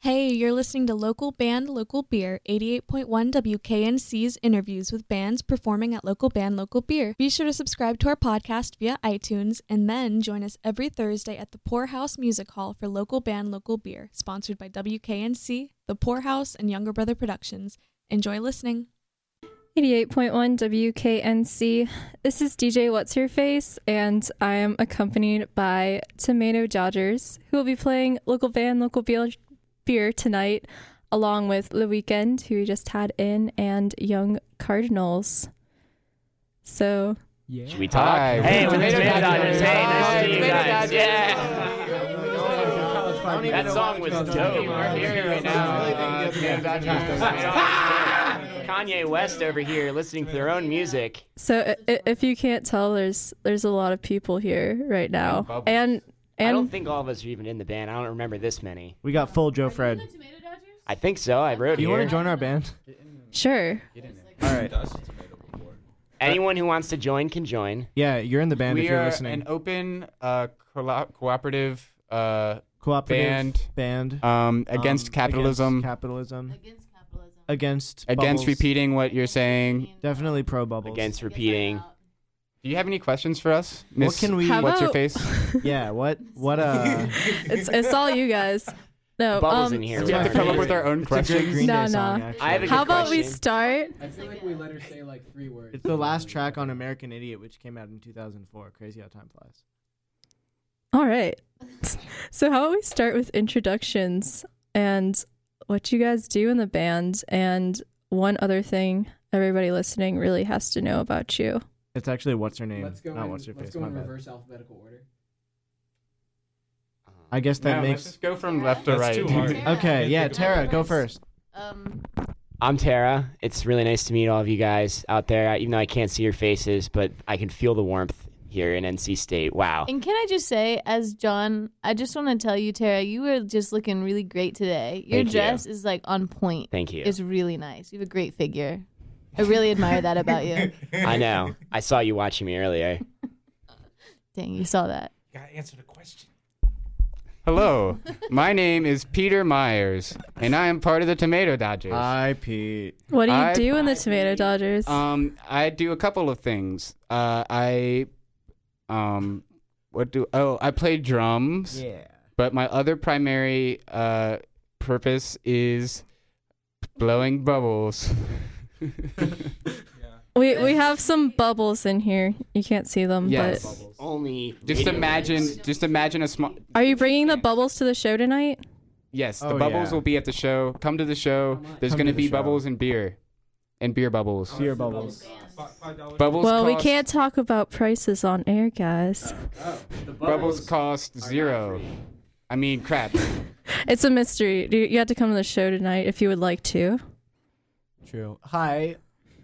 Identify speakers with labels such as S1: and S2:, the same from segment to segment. S1: Hey, you're listening to Local Band Local Beer, 88.1 WKNC's interviews with bands performing at Local Band Local Beer. Be sure to subscribe to our podcast via iTunes and then join us every Thursday at the Poorhouse Music Hall for Local Band Local Beer, sponsored by WKNC, The Poorhouse, and Younger Brother Productions. Enjoy listening.
S2: 88.1 WKNC. This is DJ What's Her Face, and I am accompanied by Tomato Dodgers, who will be playing local band, local beer, beer tonight, along with The Weekend, who we just had in, and Young Cardinals. So,
S3: Yeah.
S4: Should we talk?
S5: Hi.
S4: Hey, we're the
S5: Tomato
S4: Tomato
S5: Dodgers.
S4: Dodgers. Hey, nice
S5: Hi,
S4: to meet you
S5: Tomato
S4: guys.
S5: Dodgers.
S4: Yeah. That song was dope. We're here right now. Kanye West over here listening to their own music.
S2: so i- i- if you can't tell, there's there's a lot of people here right now, and
S4: I don't
S2: and
S4: think all of us are even in the band. I don't remember this many.
S5: We got full Joe Fred.
S4: I think so. I wrote
S5: Do you
S4: here.
S5: want to join our band?
S2: sure,
S5: All right.
S4: Anyone who wants to join can join.
S5: Yeah, you're in the band
S6: we
S5: if you're
S6: are
S5: listening.
S6: an open uh, colla cooperative uh,
S5: Cooperative
S6: band,
S5: band
S6: um,
S5: um,
S6: against capitalism,
S5: against capitalism, against
S6: against
S5: bubbles.
S6: repeating what you're saying.
S5: Definitely pro bubbles.
S4: Against repeating.
S6: Do you have any questions for us?
S5: What
S6: Miss
S5: can we-
S2: How
S6: What's your
S2: about-
S6: face?
S5: Yeah. What? What? Uh.
S2: it's it's all you guys. No,
S4: Bubbles
S2: um,
S4: in here.
S6: we have to come up with our own
S5: it's a great
S6: questions.
S5: Green Day
S2: No,
S5: song,
S2: no.
S5: actually.
S4: I have a
S2: How
S4: good
S2: about we
S4: question.
S2: start?
S3: I feel like we let her say like three words.
S5: It's the last track on American Idiot, which came out in 2004. Crazy how time flies.
S2: All right. So how about we start with introductions and what you guys do in the band and one other thing everybody listening really has to know about you.
S5: It's actually what's her name,
S3: Let's go.
S5: not
S3: in,
S5: what's her
S3: let's
S5: face.
S3: go
S5: My
S3: in
S5: bad.
S3: reverse alphabetical order.
S4: Um,
S5: I guess that
S6: No, let's
S5: makes.
S6: just go from left to
S7: That's
S6: right.
S7: too hard.
S5: Okay. Yeah. Tara, go first.
S7: Um,
S4: I'm Tara. It's really nice to meet all of you guys out there, even though I can't see your faces, but I can feel the warmth here in NC State. Wow.
S7: and can I just say, as John, I just want to tell you, Tara, you were just looking really great today. Your
S4: Thank you.
S7: dress is like on point.
S4: Thank you.
S7: It's really nice. You have a great figure. I really admire that about you.
S4: I know. I saw you watching me earlier.
S7: Dang, you saw that. Gotta answer the question.
S6: Hello, my name is Peter Myers, and I am part of the Tomato Dodgers.
S5: Hi, Pete.
S2: What do you
S6: I-
S2: do in the Tomato Dodgers?
S6: Um, I do a couple of things. Uh, I, um, what do? Oh, I play drums.
S5: Yeah.
S6: But my other primary uh, purpose is blowing bubbles.
S2: we we have some bubbles in here. You can't see them,
S6: yes.
S4: Only.
S6: Just
S4: radio
S6: imagine. Just imagine a small.
S2: but are you bringing the bubbles to the show tonight?
S6: Yes, the
S5: Oh,
S6: bubbles
S5: yeah.
S6: will be at the show. Come to the show. There's
S5: Come
S6: going
S5: to
S6: to
S5: the
S6: be
S5: show.
S6: bubbles and beer, and beer bubbles.
S8: Oh,
S5: Beer bubbles.
S6: Bubbles.
S2: well, we
S6: cost-
S2: can't talk about prices on air, guys.
S3: Oh, the
S6: Bubbles cost zero. I mean, crap.
S2: It's a mystery. You you have to come to the show tonight if you would like to.
S3: True.
S5: Hi,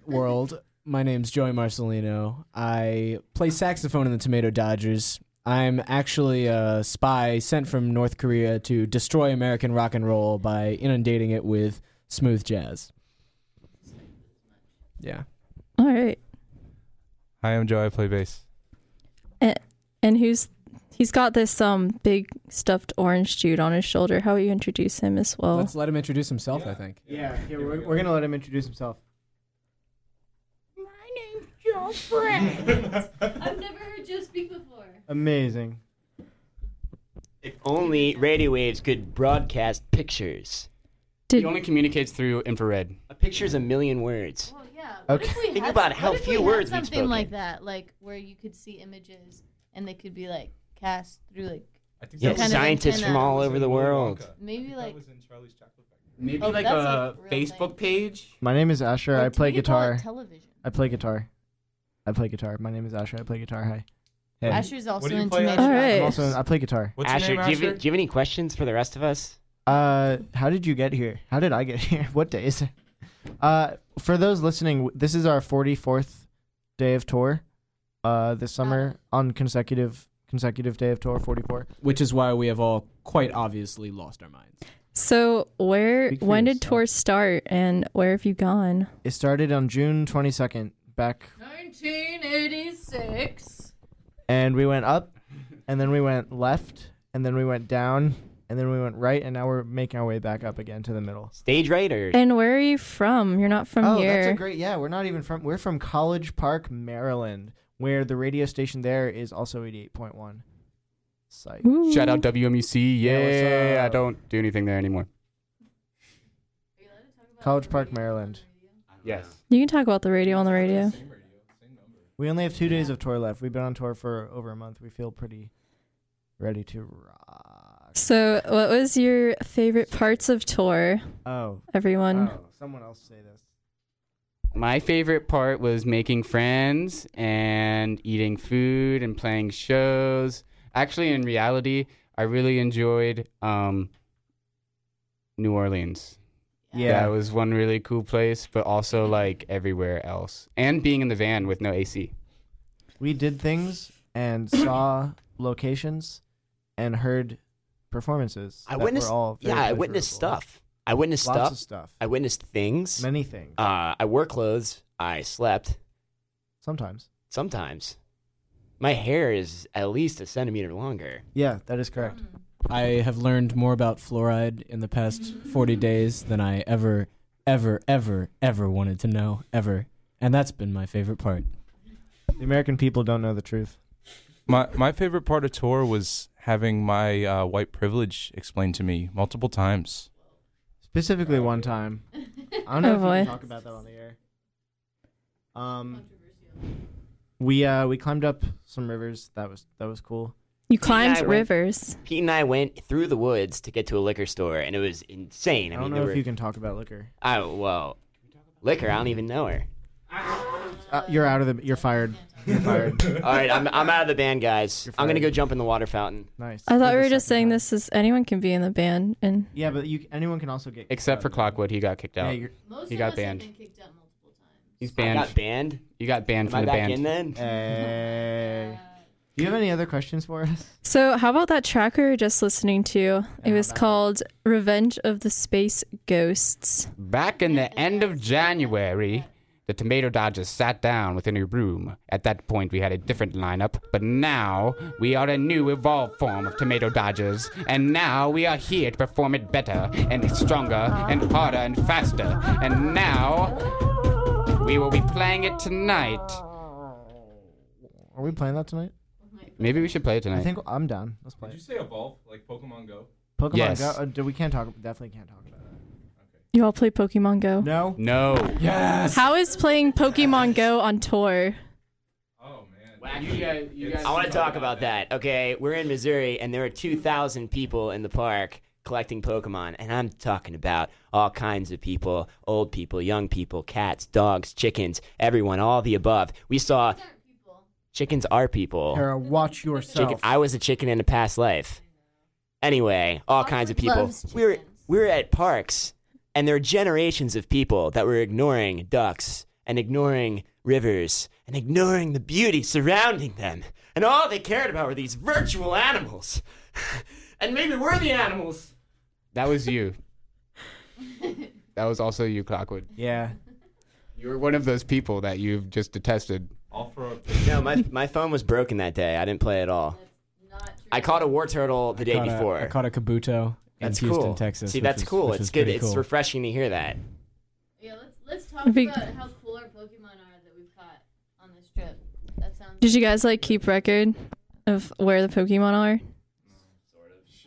S5: world. My name's Joey Marcelino. I play saxophone in the Tomato Dodgers. I'm actually a spy sent from North Korea to destroy American rock and roll by inundating it with smooth jazz. Yeah.
S2: All right.
S7: Hi, I'm Joe. I play bass.
S2: And who's he's got this um big stuffed orange dude on his shoulder. How will you introduce him as well?
S3: Let's let him introduce himself. I think.
S5: Yeah, here, we're, we're going to let him introduce himself.
S7: I've never heard Joe speak before.
S5: Amazing.
S4: If only radio waves could broadcast pictures.
S2: Did
S6: He only communicates through infrared.
S4: A picture's a million words.
S7: Well, yeah.
S5: What Okay. if
S7: we
S4: Think had- about how what if we few had words we've
S7: Something
S4: something like
S7: like
S4: spoken.
S7: that, like where you could see images and they could be like cast through like
S4: Yeah,
S7: Kind of
S4: scientists
S7: antenna.
S4: from all over the world.
S7: maybe like
S6: Maybe
S7: Oh, like that's a like real Facebook
S6: page.
S5: My name is Asher. I play guitar.
S7: Television.
S5: I play guitar. I play guitar. My name is Asher. I play guitar. Hi. Hey.
S7: Asher's also
S8: do you
S7: in
S8: play,
S7: tomato.
S2: Asher? Alright.
S5: I'm also, I play guitar.
S8: What's
S4: Asher,
S8: your
S4: do, you have,
S8: name, Asher?
S4: do you have any questions for the rest of us?
S5: Uh, how did you get here? How did I get here? What day is it? Uh, for those listening, w- this is our 44th day of tour. Uh, this summer on consecutive consecutive day of tour 44.
S3: Which is why we have all quite obviously lost our minds.
S2: so where
S5: Speak for
S2: when
S5: yourself.
S2: did tours start and where have you gone?
S5: It started on June 22nd back
S7: 1986.
S5: and we went up and then we went left and then we went down
S8: and then we went right, and now we're making our way back up again to the middle.
S4: Stage right or
S2: And where are you from? You're not from
S8: oh,
S2: here.
S8: that's a great. Yeah, we're not even from. We're from College Park, Maryland, where the radio station there is also eighty-eight point one. Site.
S2: Ooh.
S6: Shout out WMUC.
S8: Yeah, what's
S6: Yeah, I
S8: up?
S6: don't do anything there anymore.
S8: College Park, Maryland.
S6: Yes.
S2: You can talk about the radio on the radio.
S8: We only have two days of tour left. We've been on tour for over a month. We feel pretty ready to rock.
S2: So, what was your favorite parts of tour,
S8: Oh,
S2: everyone?
S8: oh, someone else say this.
S6: My favorite part was making friends and eating food and playing shows. Actually, in reality, I really enjoyed um, New Orleans.
S8: Yeah.
S6: That was one really cool place, but also like everywhere else. And being in the van with no AC.
S8: We did things and saw locations and heard performances.
S4: I
S8: that were
S4: witnessed-
S8: all very
S4: yeah, I witnessed
S8: pleasurable.
S4: stuff. I witnessed
S8: Lots
S4: stuff.
S8: of stuff.
S4: I witnessed things.
S8: Many things.
S4: Uh, I wore clothes. I slept.
S8: Sometimes.
S4: Sometimes. My hair is at least a centimeter longer.
S8: Yeah, that is correct.
S5: I have learned more about fluoride in the past 40 days than I ever, ever, ever, ever wanted to know, ever. And that's been my favorite part.
S8: The American people don't know the truth.
S9: My my favorite part of tour was having my uh, white privilege explained to me multiple times.
S8: Specifically, one time. I don't know
S2: Oh,
S8: if
S2: boy.
S8: we can talk about that on the air. Um, we uh we climbed up some rivers. That was that was cool.
S2: You climbed
S4: I went-
S2: rivers.
S4: Pete and I went through the woods to get to a liquor store, and it was insane.
S8: I,
S4: I, mean,
S8: don't know
S4: there
S8: if
S4: were,
S8: you can talk about liquor.
S4: I well, liquor. I don't even know her.
S8: Uh, you're out of the. You're fired. You're fired.
S4: All right, I'm I'm out of the band, guys.
S8: You're
S4: I'm gonna
S8: fired.
S4: go jump in the water fountain.
S8: nice.
S2: I thought we
S8: You're the
S2: were just
S8: second
S2: saying
S8: guy.
S2: this is anyone can be in the band, and
S8: Yeah, but you anyone can also get
S6: Except for Clockwood, he got kicked
S8: Yeah,
S6: out.
S8: you're,
S7: Most
S6: He
S7: of
S6: got
S7: us
S6: banned.
S7: have been kicked out multiple times.
S6: He's
S4: I
S6: banned.
S4: got banned.
S6: You got banned
S4: Am
S6: from
S4: I
S6: the
S4: back
S6: band.
S4: in then?
S8: hey. eh. Do you have any other questions for us?
S2: so how about that track we were just listening to? It
S8: Yeah,
S2: was
S8: that one.
S2: called "Revenge of the Space Ghosts."
S6: Back in the end of January, the Tomato Dodgers sat down within a room. At that point, we had a different lineup, but now we are a new evolved form of Tomato Dodgers, and now we are here to perform it better and stronger and harder and faster. And now we will be playing it tonight.
S8: Are we playing that tonight?
S6: Maybe we should play it
S8: I
S6: tonight.
S8: think I'm down. Let's play. it.
S9: say evolve like Pokemon Go?
S8: Pokemon
S6: Yes.
S8: Go. Uh, do- we can't talk. Definitely can't talk about that.
S2: You all play Pokemon Go.
S8: No.
S6: no.
S5: Yes!
S2: How is playing Pokemon Go on tour?
S9: Oh man.
S4: I want to talk about that. Okay, we're in Missouri, and there are 2,000 people in the park collecting Pokemon, and I'm talking about all kinds of people old people, young people, cats, dogs, chickens, everyone, all the above. We saw chickens are people.
S8: Tara, watch yourself.
S4: Chicken, I was a chicken in a past life. Anyway, all kinds of people.
S7: loves
S4: We were,
S7: chickens.
S4: we were at parks, and there are generations of people that were ignoring ducks and ignoring rivers and ignoring the beauty surrounding them. And all they cared about were these virtual animals. and maybe we're the animals.
S6: That was you. that was also you, Clockwood.
S8: yeah.
S6: You were one of those people that you've just detested.
S9: I'll throw up.
S4: No, my, my phone was broken that day. I didn't play at all. I caught a war turtle the day
S5: Caught a-
S4: before.
S5: I caught a kabuto in
S4: that's
S5: Houston,
S4: cool.
S5: Texas.
S4: See,
S5: which
S4: that's
S5: was-
S4: cool.
S5: which
S4: It's
S5: was
S4: good.
S5: pretty
S4: It's
S5: cool.
S4: refreshing to hear that.
S7: Yeah, let's let's talk
S2: Be-
S7: about how cool our Pokemon are that we've caught on this trip. That sounds.
S2: Did you guys like keep record of where the Pokemon are?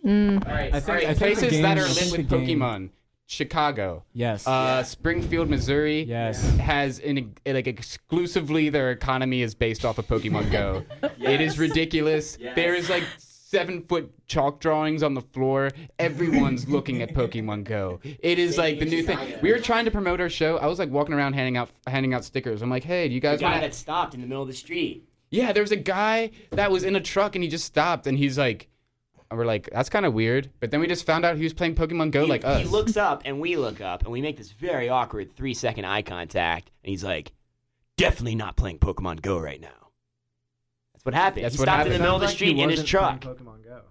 S2: Mm.
S6: All right,
S5: I think-
S6: all right,
S5: I think
S6: places
S5: the
S6: that
S5: game-
S6: are
S5: I
S6: lit
S5: think
S6: with
S5: the game-
S6: Pokemon. Chicago,
S5: Yes.
S6: uh, Springfield, Missouri,
S5: yes.
S6: has an like exclusively their economy is based off of Pokemon Go. It is ridiculous. There is like seven foot chalk drawings on the floor. Everyone's looking at Pokemon Go. It is like the new thing. We were trying to promote our show. I was like walking around handing out handing out stickers. I'm like, hey, do you
S4: The
S6: guys
S4: guy
S6: want
S4: that stopped in the middle of the street.
S6: yeah, there was a guy that was in a truck and he just stopped and he's like, and we're like, that's kind of weird. But then we just found out he was playing Pokemon Go
S4: he,
S6: like
S4: he
S6: us.
S4: looks up and we look up and we make this very awkward three second eye contact and he's like, definitely not playing Pokemon Go right now. That's what happened.
S6: That's
S4: he
S6: what
S4: stopped
S6: happened.
S4: in the middle of the
S8: Sounds like
S4: street
S8: he
S4: in his
S8: wasn't
S4: truck.
S8: playing Pokemon Go.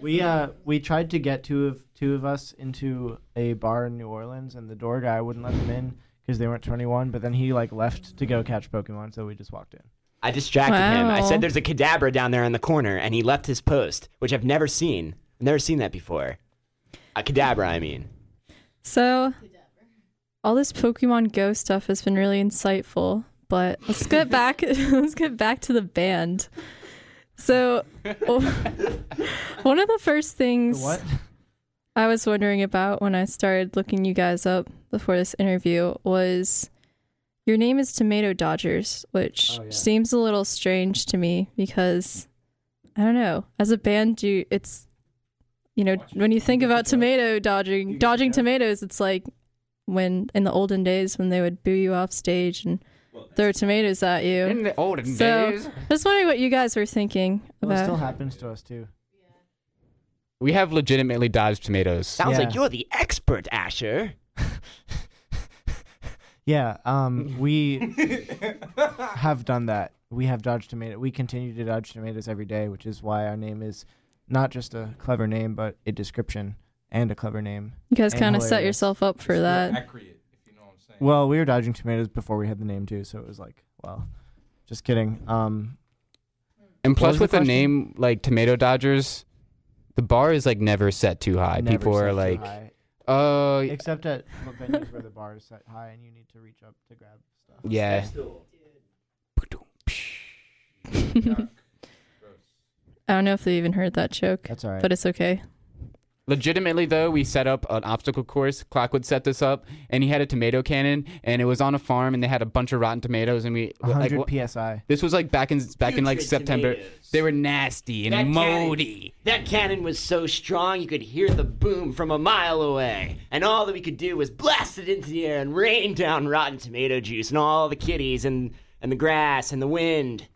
S8: We uh we tried to get two of two of us into a bar in New Orleans, and the door guy wouldn't let them in because they weren't 21. But then he like left to go catch Pokemon, so we just walked in.
S4: I distracted him. I
S2: Wow.
S4: said there's a cadabra down there in the corner and he left his post, which I've never seen. I've never seen that before. A cadabra, I mean.
S2: So, all this Pokemon Go stuff has been really insightful, but let's get back. let's get back to the band. So, o- one of the first things
S8: What?
S2: I was wondering about when I started looking you guys up before this interview was your name is Tomato Dodgers, which
S5: Oh, yeah.
S2: seems a little strange to me because I don't know. As a band, you it's you know when you think about tomato dodging, dodging tomatoes, it's like when in the olden days when they would boo you off stage and throw tomatoes at you.
S6: In the olden
S2: So-
S6: days,
S2: Just wondering what you guys were thinking
S8: Well, it still
S2: about.
S8: happens to us too.
S6: we have legitimately dodged tomatoes.
S4: Sounds
S8: Yeah.
S4: like you're the expert, Asher.
S8: Yeah, um, we have done that. We have dodged tomato. We continue to dodge tomatoes every day, which is why our name is not just a clever name, but a description and a clever name.
S2: You guys
S8: and
S2: kind of set
S8: hilarious.
S2: yourself up for that.
S9: Accurate, if you know what I'm saying.
S8: Well, we were dodging tomatoes before we had the name too, so it was like, well, just kidding. Um,
S6: And plus,
S8: was the
S6: with a
S8: question?
S6: name like Tomato Dodgers, the bar is like never set too high.
S8: never
S6: People
S8: set
S6: are
S8: too
S6: like,
S8: high.
S6: oh,
S8: except at venues where the bar is set high and you need to reach up to grab stuff.
S6: yeah.
S2: I don't know if they even heard that joke,
S8: That's all right.
S2: but it's okay.
S6: Legitimately, though, we set up an obstacle course. Clock would set this up, and he had a tomato cannon, and it was on a farm, and they had a bunch of rotten tomatoes, and we like
S8: 100
S6: wha-
S8: psi.
S6: this was like back in back in like
S4: Putrid
S6: September.
S4: tomatoes.
S6: They were nasty and
S4: That cannon-
S6: moldy.
S4: That cannon was so strong you could hear the boom from a mile away, and all that we could do was blast it into the air and rain down rotten tomato juice and all the kitties and and the grass and the wind.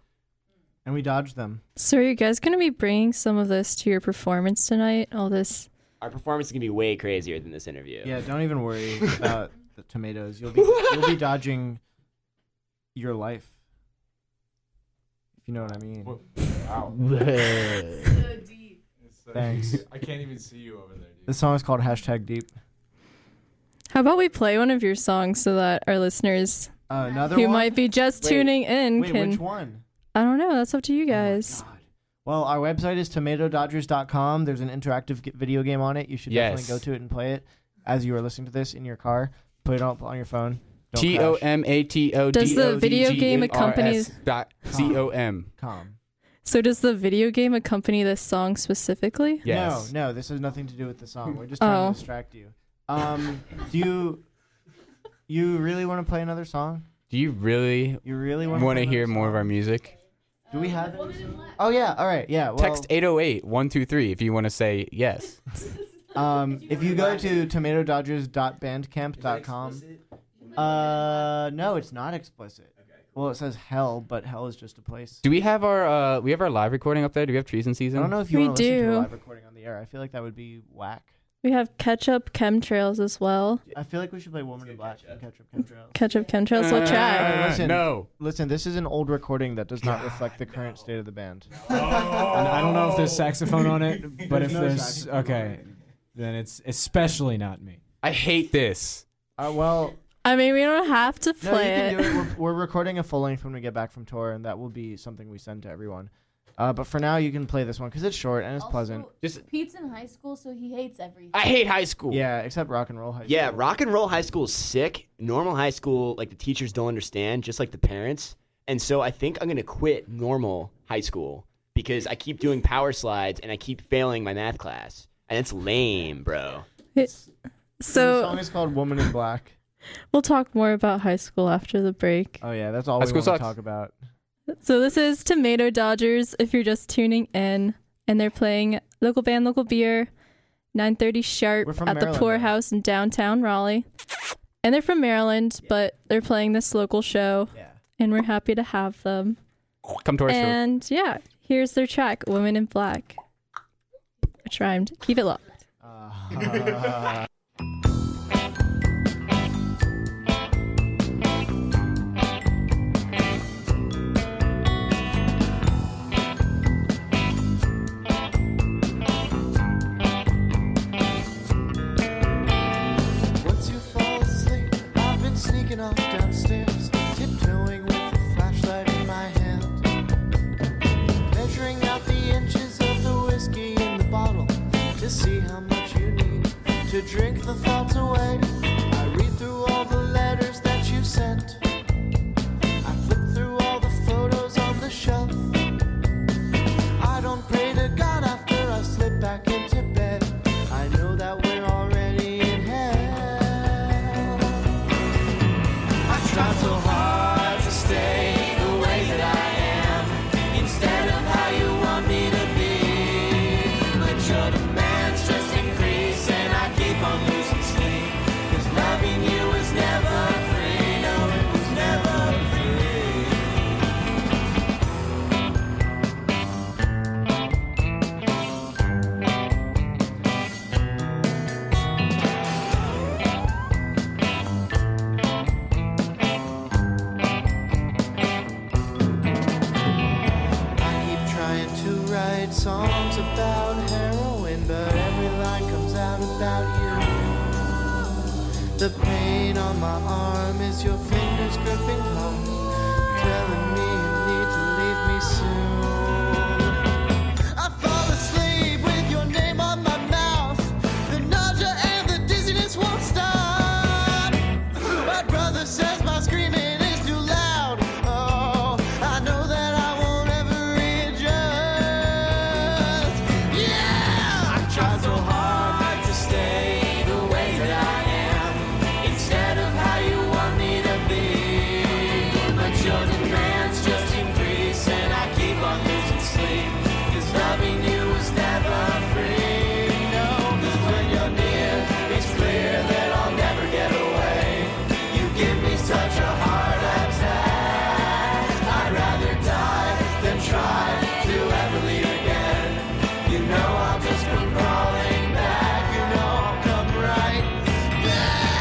S8: And we dodged them.
S2: So are you guys going to be bringing some of this to your performance tonight? All this?
S4: Our performance is gonna be way crazier than this interview.
S8: Yeah, don't even worry about the tomatoes. You'll be you'll be dodging your life. If you know what I mean. Thanks.
S9: I can't even see you over there, dude.
S8: This song is called hashtag deep.
S2: How about we play one of your songs so that our listeners
S8: Uh, another
S2: who
S8: one.
S2: might be just
S8: Wait.
S2: tuning in
S8: Wait,
S2: can
S8: which one?
S2: I don't know, that's up to you
S8: Oh my
S2: guys.
S8: God. Well, our website is tomatododgers.com. There's an interactive g- video game on it. You should definitely
S6: Yes.
S8: go to it and play it as you are listening to this in your car. Put it up on your phone. Don't
S6: T O
S8: crash.
S6: M A T O D O D
S2: Does
S6: G
S2: the
S6: E
S2: video game
S6: R S
S2: accompany-
S6: dot C O M?
S8: Calm.
S2: so does the video game accompany this song specifically?
S6: Yes.
S8: No, no, this has nothing to do with the song. We're just trying
S2: Oh.
S8: to distract you. Um, do you you really want to play another song?
S6: Do you really
S8: You really want
S6: want to hear more of our music?
S8: Do we have? any- Oh yeah. All right. Yeah. Well,
S6: Text 808 123 if you want to say yes.
S8: Um, if you go to tomatododgers.bandcamp.com, uh, no, it's not explicit. Well, it says hell, but hell is just a place.
S6: Do we have our uh we have our live recording up there? Do we have trees in
S8: I
S6: season?
S8: don't know if you
S2: We
S8: want to listen to
S2: do.
S8: a live recording on the air. I feel like that would be whack.
S2: We have Ketchup Chemtrails as well.
S8: I feel like we should play Woman in Black and Ketchup Chemtrails.
S2: Ketchup Chemtrails, we'll
S8: Uh,
S2: try.
S8: Alright, listen.
S6: No.
S8: Listen, this is an old recording that does not reflect the current state of the band.
S5: And I don't know if there's saxophone on it, but if there's okay, then it's especially not me.
S6: I hate this.
S8: Uh, well,
S2: I mean, we don't have to
S8: no, you
S2: play
S8: can do it. We're, we're recording a full length when we get back from tour, and that will be something we send to everyone. Uh, but for now, you can play this one because it's short and it's pleasant.
S6: Just-
S7: Pete's in high school, so he hates everything.
S6: I hate high school.
S8: Yeah, except rock and roll high school.
S4: Yeah, rock and roll high school is sick. Normal high school, like the teachers don't understand, just like the parents. And so I think I'm gonna quit normal high school because I keep doing power slides and I keep failing my math class, and it's lame, bro.
S2: it.
S8: The
S2: So
S8: song is called Woman in Black.
S2: we'll talk more about high school after the break.
S8: Oh yeah, that's all
S6: High
S8: we
S6: school
S8: want to
S6: sucks.
S8: talk about.
S2: So this is Tomato Dodgers. If you're just tuning in, and they're playing local band, local beer, 9:30 sharp
S8: We're
S2: at
S8: from
S2: the
S8: Maryland,
S2: Poorhouse in downtown Raleigh. And they're from Maryland, but they're playing this local show,
S8: Yeah.
S2: and we're happy to have them.
S6: Come to our show.
S2: And yeah, here's their track, "Women in Black," which rhymed. Keep it locked.
S8: Uh,
S10: Once you fall asleep, I've been sneaking off downstairs, tiptoeing with a flashlight in my hand. Measuring out the inches of the whiskey in the bottle, keep the thoughts away. I read through all the letters that you sent. I flip through all the photos on the shelf. I don't pray to God after I slip back into bed. I know that we're already in hell. I try so hard to stay the way that I am instead of how you want me to be. But your demands just increase and I keep on losing sleep. Cause loving you was never free. No, it was never free. I keep trying to write songs about heroin, but every line comes out about you. The pain on my arm is your fingers gripping home, telling me you need to leave me soon. I fall asleep with your name on my mouth. The nausea and the dizziness won't stop. My brother says my screaming is too loud. Oh, I know that I won't ever readjust. Yeah! I try so hard to stay the way that I am instead of how you want me to be. But your demands just increase and I keep on losing sleep. Cause loving you is never free. No, 'cause when you're near, it's clear that I'll never get away. You give me such a hard attack. I'd rather die than try to ever leave again. You know I'll just come crawling back. You know I'll come right back.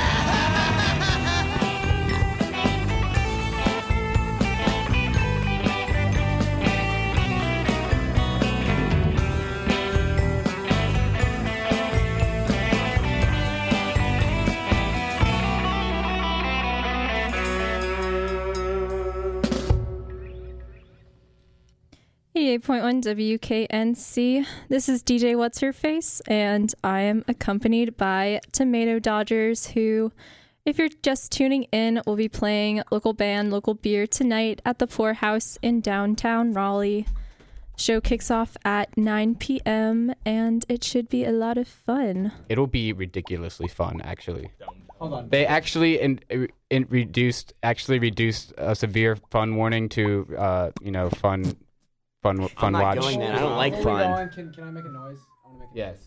S2: Eighty-eight point one WKNC. This is DJ What's Her Face, and I am accompanied by Tomato Dodgers, who, if you're just tuning in, will be playing local band, local beer tonight at the Poor House in downtown Raleigh. Show kicks off at 9 p.m., and it should be a lot of fun.
S6: It'll be ridiculously fun, actually. They actually in, in reduced actually reduced a severe fun warning to uh, you know fun fun fun
S4: I'm not
S6: watch.
S4: going there. I don't like fun.
S5: Can, can I make a noise? I want to make
S6: Yes.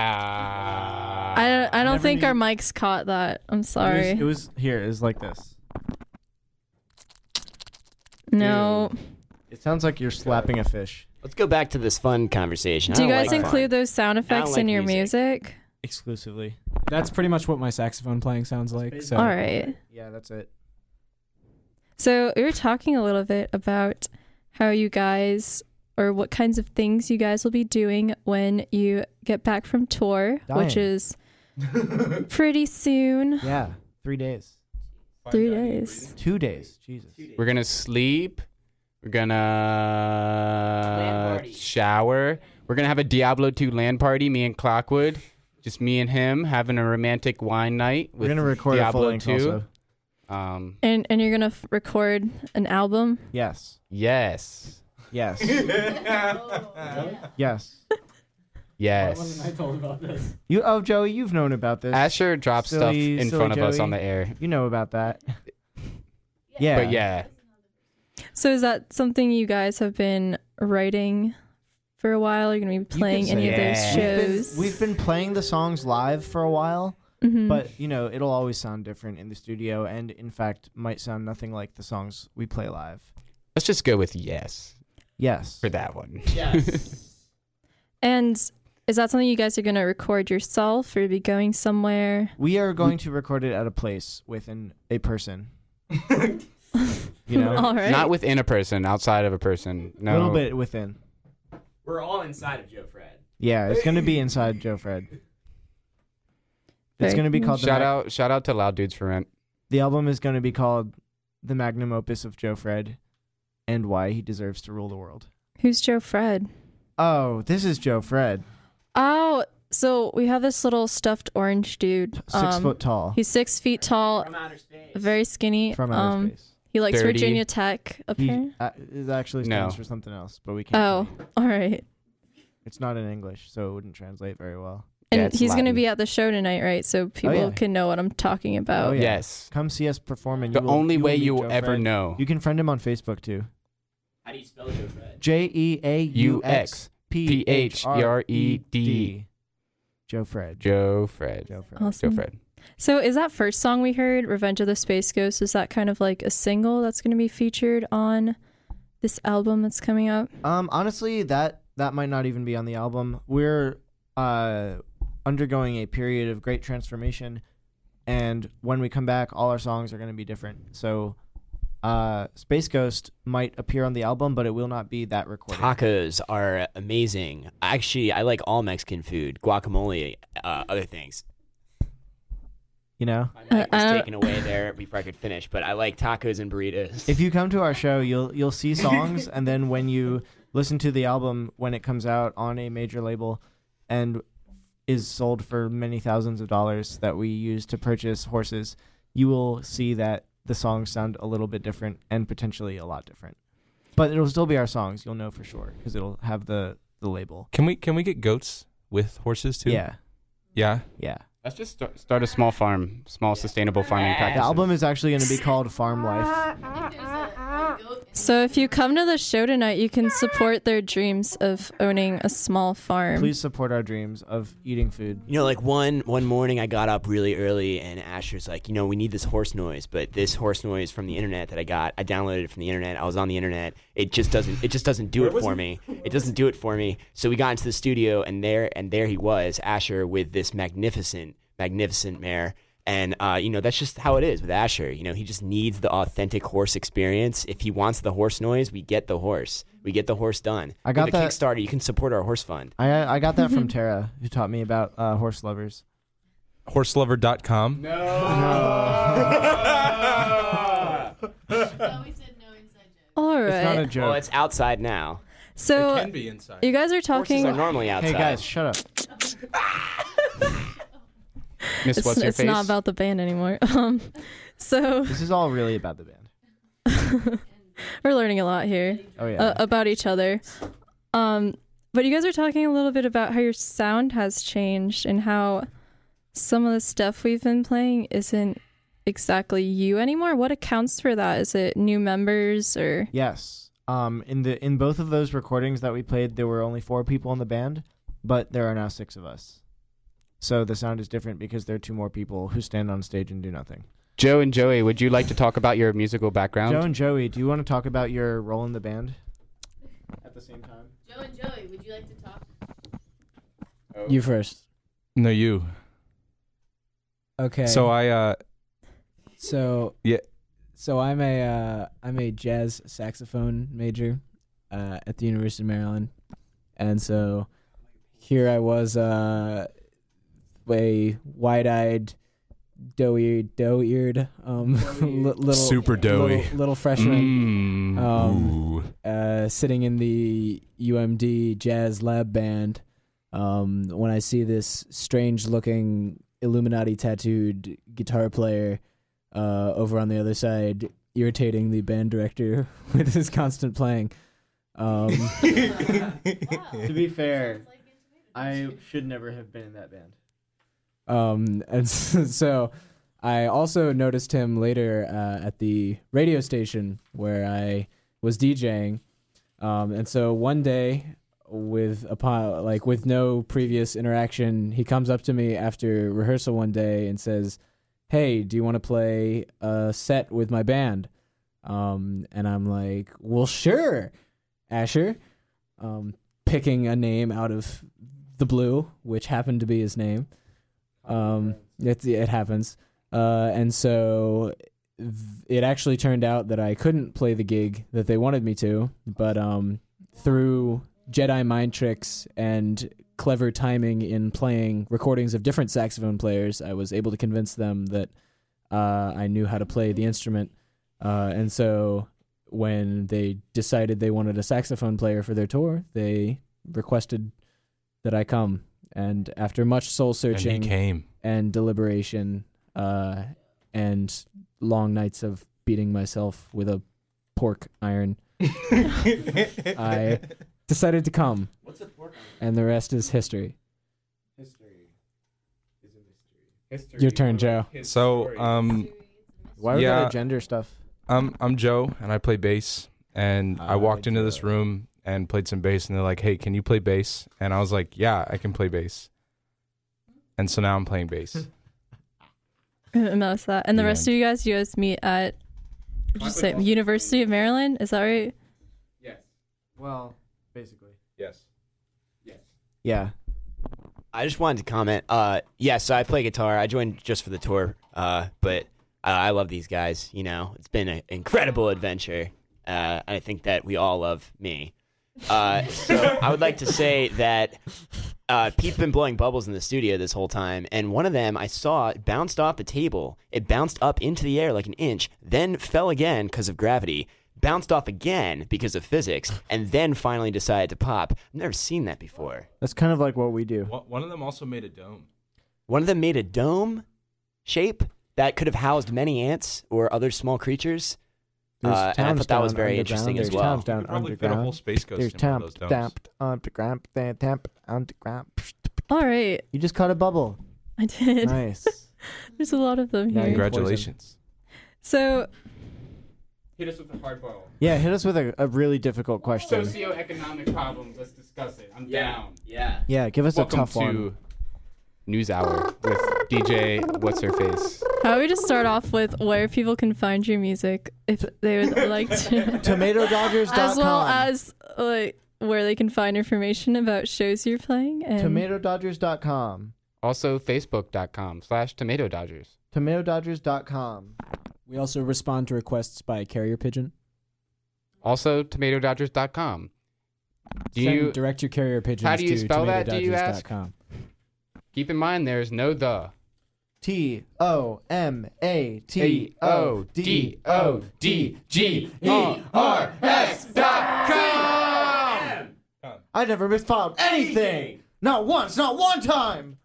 S6: Wow.
S2: I don't, I don't
S8: never
S2: think
S8: knew-
S2: our mics caught that. I'm sorry.
S8: It was, it was here. It was like this.
S2: no.
S8: It sounds like you're slapping a fish.
S4: Let's go back to this fun conversation. I
S2: Do you
S4: don't
S2: guys
S4: like
S2: include
S4: fun.
S2: those sound effects in
S4: like
S2: your music?
S8: Exclusively.
S5: That's pretty much what my saxophone playing sounds like. So
S2: All right.
S8: Yeah, that's it.
S2: So we were talking a little bit about how you guys or what kinds of things you guys will be doing when you get back from tour, which
S8: Dying.
S2: is pretty soon.
S8: Yeah, three days.
S2: Three days.
S8: Two days. Jesus.
S6: We're gonna sleep. We're gonna shower. We're gonna have a Diablo 2 land party. Me and Clockwood, just me and him, having a romantic wine night. With
S8: We're gonna record a full
S6: Diablo
S8: length also.
S6: Um,
S2: And and you're gonna f- record an album.
S8: Yes.
S6: yes,
S8: Yes. yes.
S6: yes.
S8: You. Oh, Joey, you've known about this.
S6: Asher dropped stuff
S8: Silly-
S6: in
S8: silly
S6: front of us
S8: Joey.
S6: on the air.
S8: you know about that. Yeah.
S6: But yeah,
S2: So is that something you guys have been writing for a while? You're gonna be playing any of
S6: say
S2: those shows?
S8: We've been playing the songs live for a while,
S2: Mhm.
S8: but you know it'll always sound different in the studio, and in fact might sound nothing like the songs we play live.
S6: let's just go with yes
S8: Yes.
S6: for that one.
S2: and is that something you guys are gonna record yourself or be going somewhere?
S8: We are going to record it at a place with an a person. you know,
S2: All right.
S6: Not within a person, outside of a person.
S8: a
S6: No.
S8: little bit within.
S4: We're all inside of Joe Fred.
S8: Yeah, it's gonna be inside Joe Fred. It's
S2: Very
S8: gonna be
S2: cool.
S8: called the
S6: Shout
S8: Mag-
S6: out! Shout out to Loud Dudes for Rent.
S8: The album is gonna be called "The Magnum Opus of Joe Fred and Why He Deserves to Rule the World."
S2: Who's Joe Fred?
S8: Oh, this is Joe Fred.
S2: Oh, so we have this little stuffed orange dude.
S8: Six foot tall.
S2: He's six feet tall. From outer space. Very skinny.
S8: From outer
S2: um,
S8: space.
S2: He likes
S6: Dirty.
S2: Virginia Tech,
S8: He
S2: apparently.
S8: uh, it actually
S6: No.
S8: stands for something else, but we can't.
S2: Oh,
S8: tell you.
S2: all right.
S8: it's not in English, so it wouldn't translate very well.
S6: Yeah,
S2: And
S6: it's
S2: he's going to
S6: Latin.
S2: be at the show tonight, right? So people
S8: Oh, yeah.
S2: can know what I'm talking about.
S8: Oh, yeah.
S6: Yes.
S8: Come see us perform, and
S6: The
S8: you will-
S6: only
S8: you will
S6: way
S8: meet
S6: you will
S8: Joe
S6: ever
S8: Fred.
S6: know.
S8: You can friend him on Facebook too.
S4: How do you spell Joe Fred?
S8: J E A U X P H R E
S6: P-H-R-E-D.
S8: D. Joe Fred.
S6: Joe Fred.
S8: Joe Fred.
S2: Awesome.
S6: Joe Fred.
S2: So is that first song we heard, Revenge of the Space Ghost, is that kind of like a single that's going to be featured on this album that's coming up?
S8: Um, honestly, that that might not even be on the album. We're uh undergoing a period of great transformation, and when we come back, all our songs are going to be different. So, uh, Space Ghost might appear on the album, but it will not be that recorded.
S4: Tacos are amazing. Actually, I like all Mexican food, guacamole, uh, other things.
S8: You know,
S4: My mic was
S2: Uh, uh,
S4: taken away there before I could finish, but I like tacos and burritos.
S8: if you come to our show, you'll you'll see songs, and then when you listen to the album when it comes out on a major label, and is sold for many thousands of dollars that we use to purchase horses, you will see that the songs sound a little bit different and potentially a lot different. But it'll still be our songs. You'll know for sure because it'll have the the label.
S9: Can we can we get goats with horses too?
S8: Yeah,
S9: Yeah.
S8: yeah.
S6: Let's just start, start a small farm, small sustainable farming
S8: The
S6: practice.
S8: album is actually going to be called Farm Life.
S2: So if you come to the show tonight, you can support their dreams of owning a small farm.
S8: Please support our dreams of eating food.
S4: You know, like one one morning, I got up really early, and Asher's like, you know, we need this horse noise, but this horse noise from the internet that I got, I downloaded it from the internet. I was on the internet. It just doesn't. It just doesn't do it for me. It doesn't do it for me. So we got into the studio, and there and there he was, Asher, with this magnificent, magnificent mare. And uh, you know that's just how it is with Asher. You know he just needs the authentic horse experience. If he wants the horse noise, we get the horse. We get the horse done.
S8: I got
S4: with a
S8: that-
S4: Kickstarter. You can support our horse fund.
S8: I I got that from Tara, who taught me about uh, horse lovers.
S9: Horselover.com.
S2: All right.
S8: It's not a joke.
S4: Well, Oh, it's outside now.
S2: so
S9: be inside.
S2: you guys are
S4: Horses
S2: talking.
S4: are normally outside.
S8: Hey guys, shut up.
S6: Miss
S2: it's
S6: What's Your
S2: it's
S6: Face.
S2: not about the band anymore. Um, so
S8: This is all really about the band.
S2: we're learning a lot here.
S8: Oh yeah.
S2: uh, about each other. Um, but you guys are talking a little bit about how your sound has changed and how some of the stuff we've been playing isn't exactly you anymore. What accounts for that? Is it new members or
S8: yes. Um in the in both of those recordings that we played there were only 4 people in the band, but there are now 6 of us. So the sound is different because there are two more people who stand on stage and do nothing.
S6: Joe and Joey, would you like to talk about your musical background?
S8: Joe and Joey, do you want to talk about your role in the band? At the same time.
S7: Joe and Joey, would you like to talk?
S5: You first.
S9: No, you.
S5: Okay.
S9: So I uh
S5: So
S9: Yeah.
S5: So I'm a uh, I'm a jazz saxophone major uh, at the University of Maryland, and so here I was uh, a wide-eyed, dough-eared, dough-eared um, li- little
S9: Super doughy.
S5: little, little freshman
S9: Mm,
S5: Um,
S9: ooh.
S5: uh, sitting in the UMD jazz lab band. Um, when I see this strange-looking Illuminati tattooed guitar player uh, over on the other side, irritating the band director with his constant playing. Um,
S8: to be fair, I should never have been in that band.
S5: um, and so I also noticed him later uh, at the radio station where I was DJing. Um, and so one day, with upon like with no previous interaction, he comes up to me after rehearsal one day and says, "Hey, do you want to play a set with my band?" Um, and I'm like, "Well, sure, Asher." Um, picking a name out of the blue, which happened to be his name. Um, it it happens, uh, and so th- it actually turned out that I couldn't play the gig that they wanted me to, but um, through Jedi mind tricks and clever timing in playing recordings of different saxophone players, I was able to convince them that uh, I knew how to play the instrument, uh, and so when they decided they wanted a saxophone player for their tour, they requested that I come, and after much soul
S9: And he
S5: searching and,
S9: came.
S5: deliberation, uh, and long nights of beating myself with a pork iron, I decided to come. What's a pork iron? And the rest is history. Your turn, Joe.
S9: So, um,
S8: Why was that
S9: Yeah.
S8: a gender stuff?
S9: I'm I'm Joe and I play bass and I
S5: Ah,
S9: walked into this
S5: Joe.
S9: room and played some bass and they're like, "Hey, can you play bass?" And I was like, "Yeah, I can play bass." And so now I'm playing
S6: Hmm.
S9: bass.
S2: Mouse that. And the
S9: Yeah.
S2: rest of you guys, you guys meet at what'd you say, University of Maryland. Is that right?
S8: Well, basically.
S9: yes.
S8: Yeah.
S4: I just wanted to comment. Uh, yeah, so I play guitar. I joined just for the tour, uh, but uh, I love these guys. You know, it's been an incredible adventure. Uh, I think that we all love me. Uh, so I would like to say that uh, Pete's been blowing bubbles in the studio this whole time, and one of them I saw it bounced off the table. It bounced up into the air like an inch, then fell again because of gravity. Bounced off again because of physics, and then finally decided to pop. I've never seen that before.
S8: That's kind of like what we do.
S9: One of them also made a dome.
S4: One of them made a dome shape that could have housed many ants or other small creatures.
S8: There's
S4: Uh, and I
S8: towns
S4: thought that was
S8: down
S4: very
S8: underground,
S4: interesting
S8: there's
S4: as well.
S8: Towns down
S9: probably fit a whole
S8: underground.
S9: space ghost
S8: There's
S9: in one of
S8: towns
S9: those domes.
S8: down underground, down down underground.
S2: All right.
S8: You just caught a bubble.
S2: I did.
S8: Nice.
S2: There's a lot of them
S8: Yeah,
S2: here.
S8: you're-
S9: Congratulations.
S2: So
S6: Hit us with a hardball.
S8: Yeah, hit us with a, a really difficult question.
S6: Socioeconomic problems. Let's discuss it. I'm down.
S4: Yeah.
S8: Yeah, give us
S6: Welcome
S8: a tough
S6: to
S8: one.
S6: News Hour with DJ What's Her Face.
S2: how about we just start off with where people can find your music if they would like to
S8: TomatoDodgers.com.
S2: as well as like where they can find information about shows you're playing and
S8: TomatoDodgers.com.
S6: Also, facebook.com slash tomato dodgers.
S8: TomatoDodgers.com.
S5: We also respond to requests by carrier pigeon.
S6: Also, tomatododgers.com. Do
S5: Send-
S6: you
S5: direct your carrier pigeons
S6: do you
S5: to
S6: spell that? Do you ask?
S5: tomatododgers.com.
S6: keep in mind there's no the?
S8: T O M A T O D O D.
S6: G E R S dot com.
S8: I never misspelled anything. Not once. Not one time.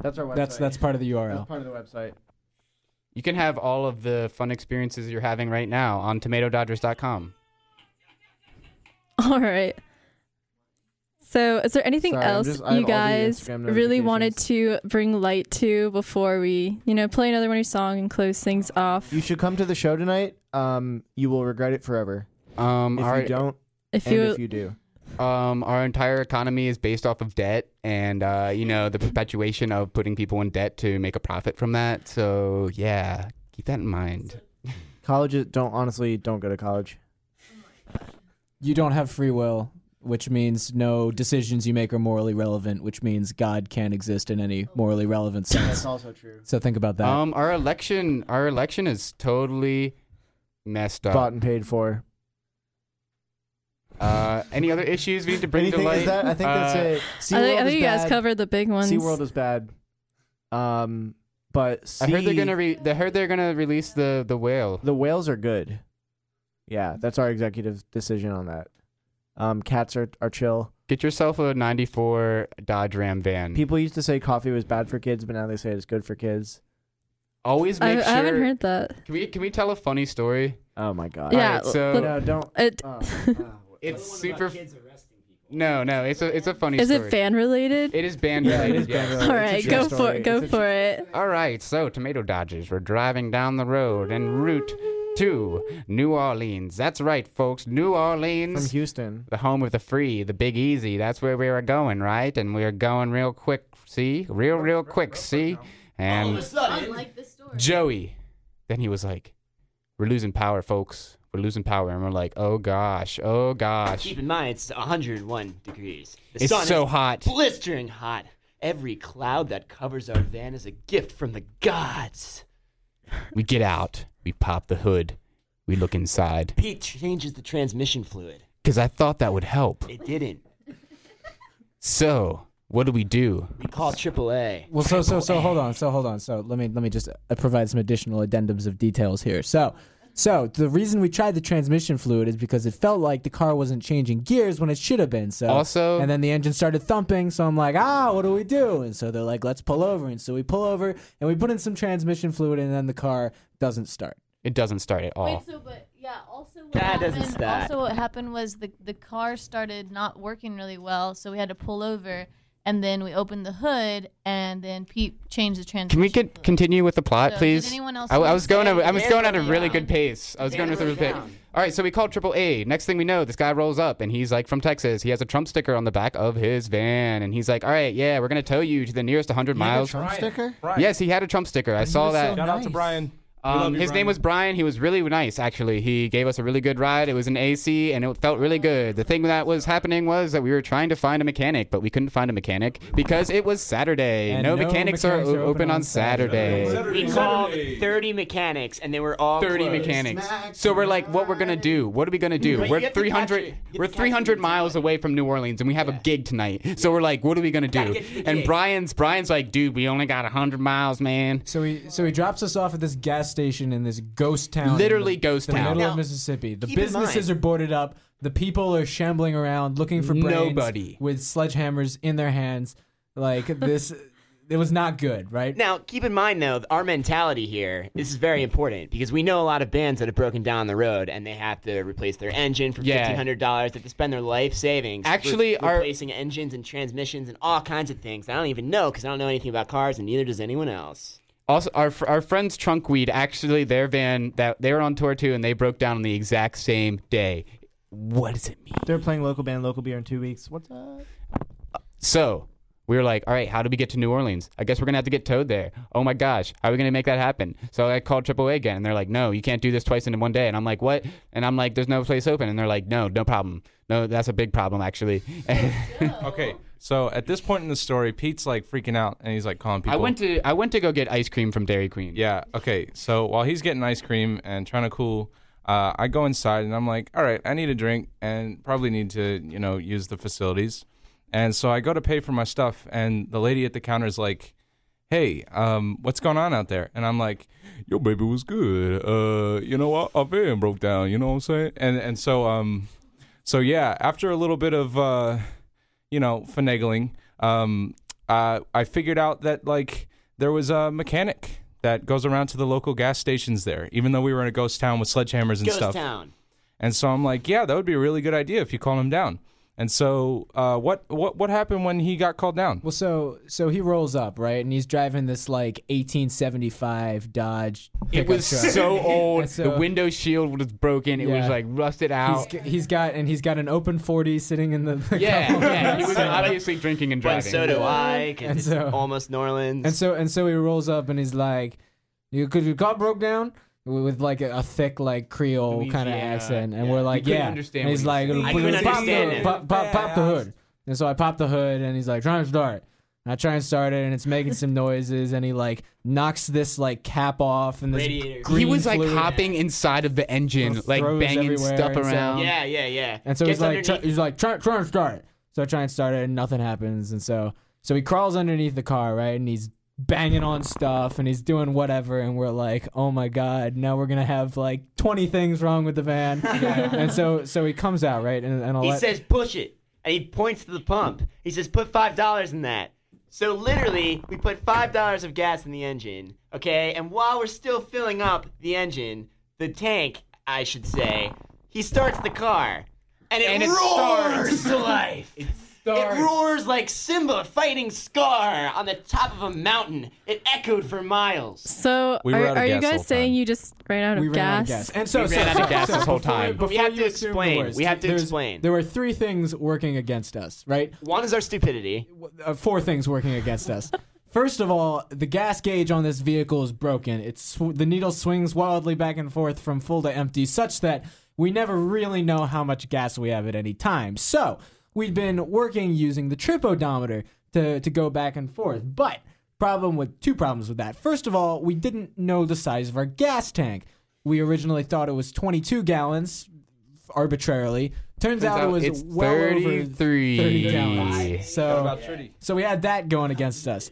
S8: That's our website.
S5: That's that's part of the
S8: That's
S5: URL.
S8: part of the website.
S6: You can have all of the fun experiences you're having right now on tomatododgers.com.
S2: all right so is there anything
S8: Sorry, I'm
S2: else
S8: just- I have
S2: you
S8: all the
S2: guys
S8: Instagram
S2: really wanted
S8: notifications.
S2: to bring light to before we you know play another one of your song and close things off
S8: You should come to the show tonight. Um, you will regret it forever.
S6: Um,
S8: If
S6: our,
S8: you don't,
S2: if
S8: and
S2: you,
S8: if you do,
S6: um, our entire economy is based off of debt and, uh, you know, the perpetuation of putting people in debt to make a profit from that. So, yeah, keep that in mind.
S8: colleges don't honestly don't go to college.
S5: You don't have free will, which means no decisions you make are morally relevant, which means God can't exist in any morally relevant sense.
S8: also true.
S5: so think about that.
S6: Um, our election, our election is totally messed up.
S8: Bought and paid for.
S6: Uh, any other issues we need to bring
S8: Anything
S6: to light?
S8: is that? I think that's
S6: Uh,
S2: I
S8: it.
S2: think,
S8: SeaWorld
S2: I
S8: is
S2: think you guys
S8: bad.
S2: covered the big ones
S8: SeaWorld is bad. Um, but sea,
S6: I heard they're gonna re- I heard they're gonna release the the whale.
S8: the whales are good. Yeah, that's our executive decision on that. Um, cats are are chill.
S6: Get yourself a '94 Dodge Ram van.
S8: People used to say coffee was bad for kids, but now they say it's good for kids.
S6: Always
S2: I,
S6: make sure.
S2: I haven't heard that
S6: Can we can we tell a funny story?
S8: Oh my god.
S2: Yeah,
S6: Alright, so
S2: let-
S8: No, don't.
S2: it,
S8: Oh, oh.
S6: it's super. No, no, it's a it's a funny
S2: is
S6: story.
S2: it fan related
S6: It is band
S8: Yeah, it
S6: related.
S8: is
S6: yes.
S8: band related.
S2: all
S8: it's a
S2: right
S8: true
S2: go for
S8: story.
S2: it go
S8: It's a
S2: for it
S6: All right, so tomato dodgers were driving down the road en route to New Orleans. That's right, folks, New Orleans.
S8: From Houston.
S6: the home of the free, the big easy. That's where we were going, right? And we were going real quick, see? Real, real quick, see? And
S7: like this story.
S6: Joey. Then he was like, We're losing power, folks. We're losing power. And we're like, Oh gosh, oh gosh.
S4: Keep in mind, it's 101 degrees. The sun
S6: It's so
S4: is
S6: hot.
S4: blistering hot. Every cloud that covers our van is a gift from the gods.
S6: We get out, we pop the hood, we look inside.
S4: Pete changes the transmission fluid.
S6: Because I thought that would help.
S4: It didn't.
S6: So, what do we do?
S4: We call AAA.
S5: Well, so so so hold on, so hold on, so let me let me just uh, provide some additional addendums of details here. So So the reason we tried the transmission fluid is because it felt like the car wasn't changing gears when it should have been. So
S6: Also-
S5: and then the engine started thumping. So I'm like, ah, what do we do? And so they're like, let's pull over. And so we pull over and we put in some transmission fluid, and then the car doesn't start.
S6: It doesn't start at all.
S7: Wait, so but yeah, also what
S4: That doesn't
S7: happened,
S4: stop.
S7: also what happened was the the car started not working really well, so we had to pull over and then we opened the hood and then Pete changed the transmission.
S6: Can we get,
S7: fluid.
S6: continue with the plot,
S7: So, did
S6: please?
S7: anyone else
S6: I, I
S7: wanna
S6: was going. At,
S4: say?
S6: I was
S4: Dan
S6: going at a
S4: wrote it
S6: really
S4: down.
S6: good pace. I was
S4: Dan
S6: going with a
S4: wrote
S6: good
S4: it
S6: pace.
S4: down.
S6: All right, so we called Triple A. Next thing we know, this guy rolls up and he's like from Texas. He has a Trump sticker on the back of his van, and he's like, "All right, yeah, we're gonna tow you to the nearest 100 miles."
S8: Trump sticker?
S6: Yes, he had a Trump sticker. I saw that.
S9: Shout out to Brian.
S6: Um, his name was Brian. He was really nice, actually. He gave us a really good ride. It was an AC, and it felt really good. The thing that was happening was that we were trying to find a mechanic, but we couldn't find a mechanic because it was Saturday.
S5: And
S6: no,
S5: no
S6: mechanics, are,
S5: mechanics
S6: o- open on Saturday.
S4: We called 30 mechanics, and they were all
S6: 30
S4: closed.
S6: mechanics.
S10: Smack
S6: So we're like, what we're gonna do? What are we gonna do?
S4: But you
S6: we're
S4: have to catch
S6: 300.
S4: it. You have
S6: We're
S4: to catch it
S6: 300
S4: in
S6: miles
S4: time.
S6: away from New Orleans, and we have a gig tonight. So we're like, what are we gonna
S4: Gotta
S6: do?
S4: get to the
S6: And
S4: gig.
S6: Brian's Brian's like, dude, we only got 100 miles, man.
S5: So he so he drops us off at this gas station in this ghost town, in
S6: Literally
S5: the,
S6: ghost
S5: the
S6: town.
S5: middle
S4: Now,
S5: of Mississippi. The
S4: keep in
S5: businesses are
S4: mind-
S5: boarded up. The people are shambling around looking for brains
S6: Nobody.
S5: with sledgehammers in their hands. Like this, it was not good, right?
S4: Now, keep in mind, though, our mentality here, this is very important because we know a lot of bands that have broken down the road and they have to replace their engine for
S6: Yeah.
S4: $1,500. They have to spend their life savings. re-
S6: Actually, our-
S4: replacing engines and transmissions and all kinds of things. I don't even know because I don't know anything about cars and neither does anyone else.
S6: Also, our fr- our friends Trunkweed actually their van that they were on tour too, and they broke down on the exact same day. What does it mean?
S8: They're playing local band, local beer in two weeks. What's up?
S6: So we were like, all right, how do we get to New Orleans? I guess we're gonna have to get towed there. Oh my gosh, how are we gonna make that happen? So I called AAA again, and they're like, no, you can't do this twice in one day. And I'm like, what? And I'm like, there's no place open. And they're like, no, no problem. No, that's a big problem actually.
S9: Okay, so at this point in the story, Pete's like freaking out, and he's like calling people.
S6: I went to I went to go get ice cream from Dairy Queen.
S9: Yeah. Okay. So while he's getting ice cream and trying to cool, uh, I go inside and I'm like, all right, I need a drink and probably need to, you know, use the facilities. And so I go to pay for my stuff, and the lady at the counter is like, hey, um, what's going on out there? And I'm like, yo, baby was good. Uh, you know, our, our van broke down. You know what I'm saying? And and so um, so yeah, after a little bit of uh, you know, finagling, um, uh, I figured out that like there was a mechanic that goes around to the local gas stations there, even though we were in a ghost town with sledgehammers and
S4: Ghost
S9: stuff.
S4: Town.
S9: And so I'm like, yeah, that would be a really good idea if you call him down. And so uh, what what what happened when he got called down?
S5: Well, so so he rolls up, right, and he's driving this like 1875 Dodge.
S6: It
S5: pickup
S6: was
S5: truck.
S6: so old.
S5: And so-
S6: the window shield was broken. It was
S5: Yeah.
S6: like rusted
S5: He's,
S6: out.
S5: g- he's got and he's got an open 40 sitting in the, the
S6: Yeah,
S5: couple-
S6: yeah. He was obviously drinking and
S4: But
S6: driving.
S4: so do I because
S5: And
S4: it's
S5: so-
S4: almost New Orleans.
S5: And so and so he rolls up and he's like, "You could your car broke down." With with, like a, a thick like Creole kind of
S6: Louisiana,
S5: accent, and
S6: yeah.
S5: we're
S6: You
S5: like,
S6: couldn't
S5: "Yeah,"
S6: understand
S5: and
S6: what
S5: he's
S6: he
S5: like,
S6: was
S4: I
S6: saying.
S5: "Pop
S4: couldn't
S5: the-
S4: understand it.
S5: pop, pop, pop the hood." And so I pop the hood, and he's like, "Trying to start." And I try and start it, and it's making some noises, and he like knocks this like cap off, and this
S4: Radiator.
S5: green
S6: he was like
S5: fluid.
S6: hopping inside of the engine,
S5: Throws
S6: like banging
S5: everywhere
S6: stuff
S5: and stuff.
S6: around.
S4: yeah, yeah, yeah.
S5: And so
S4: Gets
S5: he's like, try,
S4: underneath-
S5: he's like, try, try and start it. So I try and start it, and nothing happens. And so, so he crawls underneath the car, right? And he's banging on stuff, and he's doing whatever. And we're like, oh my god, now we're gonna have like twenty things wrong with the van. and so, so he comes out, right? And, and I'll
S4: He
S5: let-
S4: says, push it. And he points to the pump. He says, put $5 in that. So literally, we put $5 of gas in the engine, okay? And while we're still filling up the engine, the tank, I should say, he starts the car. And it,
S6: And it
S4: roars to life. It, roars like Simba fighting Scar on the top of a mountain. It echoed for miles.
S2: So
S9: We were
S2: are,
S9: out of
S2: are you
S9: gas the
S2: guys
S9: whole
S2: saying
S9: time.
S2: you just ran out of
S5: we
S2: gas?
S5: ran out of gas. And so
S6: We ran
S5: so-
S6: out of gas this whole
S5: before-
S6: time.
S5: before
S4: We have
S5: you
S4: to
S5: assume the
S4: explain.
S5: worst,
S4: We have to
S5: there's-
S4: explain.
S5: There were three things working against us, right?
S4: One is our stupidity.
S5: uh, four things working against us. First of all, the gas gauge on this vehicle is broken. It's sw- the needle swings wildly back and forth from full to empty, such that we never really know how much gas we have at any time. So we've been working using the trip odometer to to go back and forth, but problem with two problems with that. First of all, we didn't know the size of our gas tank. We originally thought it was 22 gallons arbitrarily. Turns, out, it was
S6: it's
S5: well over
S6: 33.
S5: 30 gallons. So so we had that going against us.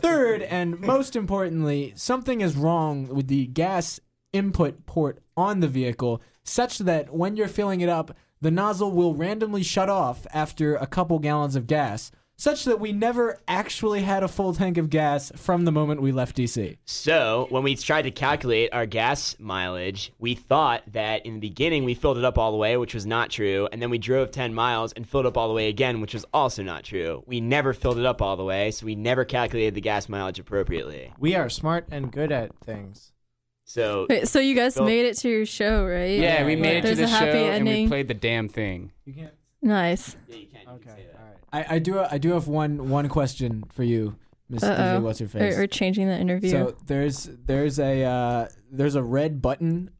S5: Third, and most importantly, something is wrong with the gas input port on the vehicle such that when you're filling it up, the nozzle will randomly shut off after a couple gallons of gas, such that we never actually had a full tank of gas from the moment we left DC.
S4: So when we tried to calculate our gas mileage, we thought that in the beginning we filled it up all the way, which was not true, and then we drove 10 miles and filled up all the way again, which was also not true. We never filled it up all the way, so we never calculated the gas mileage appropriately.
S8: We are smart and good at things.
S4: So
S2: Wait, so you guys
S4: Well-
S2: made it to your show, right?
S6: Yeah, we made it to
S2: There's
S6: the
S2: a
S6: show
S2: happy
S6: and we
S2: ending.
S6: played the damn thing.
S8: You can't.
S2: Nice.
S4: yeah, you can't,
S8: Okay. All right.
S5: I, I do I do have one one question for you, Miss
S2: Uh-oh.
S5: What's her face?
S2: We're, we're changing the interview.
S5: So there's there's a uh, there's a red button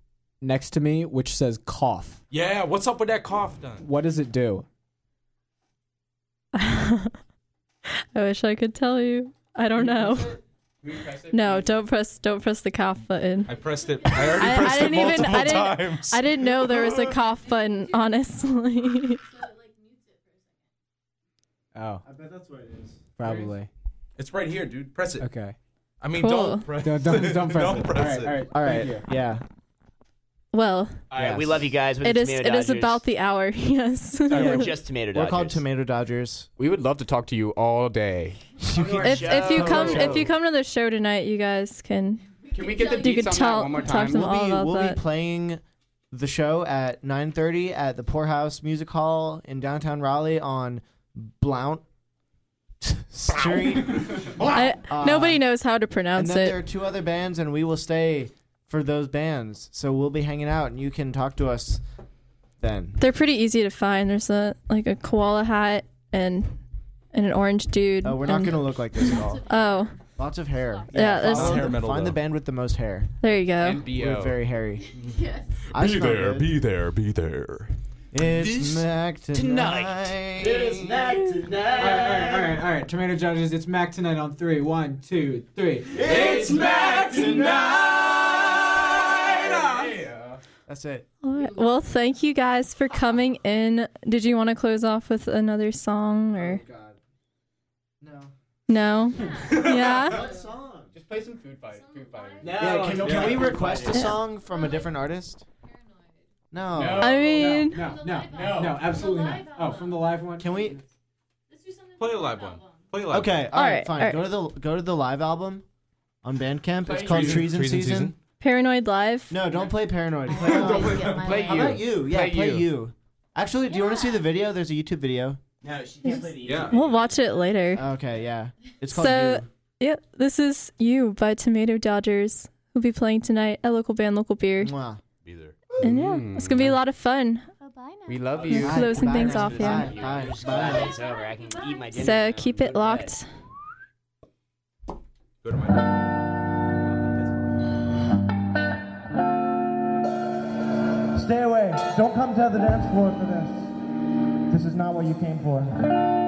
S5: next to me which says cough.
S9: Yeah, what's up with that cough done?
S5: What does it do?
S2: I wish I could tell you. I don't know. No, don't press don't press the cough button.
S9: I pressed it. I already
S2: I- I
S9: pressed it
S2: didn't even-
S9: multiple
S2: I didn't-
S9: times.
S2: I didn't know there was a cough button, honestly.
S5: Oh,
S8: I bet that's what it is.
S5: probably.
S9: it's right here, dude. Press it.
S5: Okay.
S9: I mean,
S2: Cool.
S9: don't press.
S5: Don't don't, don't press
S9: Don't
S5: it.
S9: press
S5: all right,
S9: it.
S5: all right,
S8: All right.
S5: Thank you.
S8: Yeah.
S2: well,
S4: All right, we
S5: Yes.
S4: love you guys. We're the
S2: it is
S4: Tomato
S2: it is
S4: Dodgers.
S2: about the hour. Yes.
S4: Sorry,
S8: Yeah.
S4: we're just tomato
S8: We're
S4: dodgers.
S8: called Tomato Dodgers.
S6: We would love to talk to you all day.
S2: if if you
S4: Show.
S2: come if you come to the show tonight, you guys can
S6: Can we get the
S2: You
S6: deets
S2: could
S6: on
S2: tell-
S6: that one more
S2: talk
S6: time?
S2: to them
S8: We'll
S2: all
S8: be
S2: about
S8: we'll
S2: that.
S8: be playing the show at 9:30 at the Poorhouse Music Hall in downtown Raleigh on Blount Street.
S2: I,
S8: Uh,
S2: nobody knows how to pronounce
S8: and then there
S2: it.
S8: are two other bands, and we will stay for those bands. So we'll be hanging out, and you can talk to us then.
S2: They're pretty easy to find. There's a like a koala hat and and an orange dude.
S8: Oh, we're not
S2: and-
S8: gonna look like this at all.
S2: Oh,
S8: Lots of hair.
S2: Yeah, that's-
S8: follow
S9: Not hair
S8: the-
S9: metal,
S8: Find the
S9: though.
S8: band with the most hair.
S2: there you go.
S6: NBO.
S8: We're very hairy.
S7: Yes.
S8: I smell good.
S9: there, be there.
S8: It's Mac
S4: tonight.
S8: tonight.
S5: All right, all right, all right, all right. Tomato judges, it's Mac tonight on three. One, two, three. It's Mac tonight.
S8: That's it.
S2: All right. Well, thank you guys for coming in. Did you want to close off with another song or
S8: Oh, God. No.
S2: no? Yeah.
S8: song?
S6: Just play some food fight. Food fight.
S8: Yeah, can, can we request a
S2: Yeah.
S8: song from a different artist? No.
S6: No.
S2: I
S5: No,
S2: mean,
S5: no, no, no, absolutely not. Oh, from the live one.
S8: Can we?
S9: Play a live one. Play a live
S8: Okay.
S2: All
S8: all
S2: right,
S8: right. Fine.
S2: all right.
S8: Go to the go to the live album on Bandcamp. It's
S6: Play
S8: called Treason,
S9: Treason- Treason
S8: Season.
S9: Season?
S2: Paranoid Live.
S8: No, don't play Paranoid. Play,
S7: I
S8: um,
S7: always get my
S6: Play
S8: How
S7: way.
S6: you.
S8: about you? Yeah, play,
S6: Play
S8: you.
S6: you.
S8: Actually, do you want to see the video? There's a YouTube video.
S4: No, she can't play the
S9: Yeah.
S2: We'll watch it later.
S8: Okay. Yeah. Uh, It's called.
S2: So-
S8: You.
S2: Yep, this is You by Tomato Dodgers, who'll be playing tonight at Local Band Local Beer.
S8: Mwah.
S9: Be there.
S2: And yeah, it's going to be
S8: Mm.
S2: a lot of fun.
S7: Oh, bye now.
S6: We love
S2: You're
S6: you.
S8: Bye,
S2: closing
S8: bye,
S2: things
S8: bye,
S2: off, yeah.
S8: Bye. Bye.
S4: Glad
S8: bye.
S4: it's over. I can eat my dinner
S2: So
S4: now.
S2: keep
S4: I'm
S2: it
S4: good.
S2: locked.
S9: Go to my.
S11: Stay away. Don't come to the dance floor for this. This is not what you came for.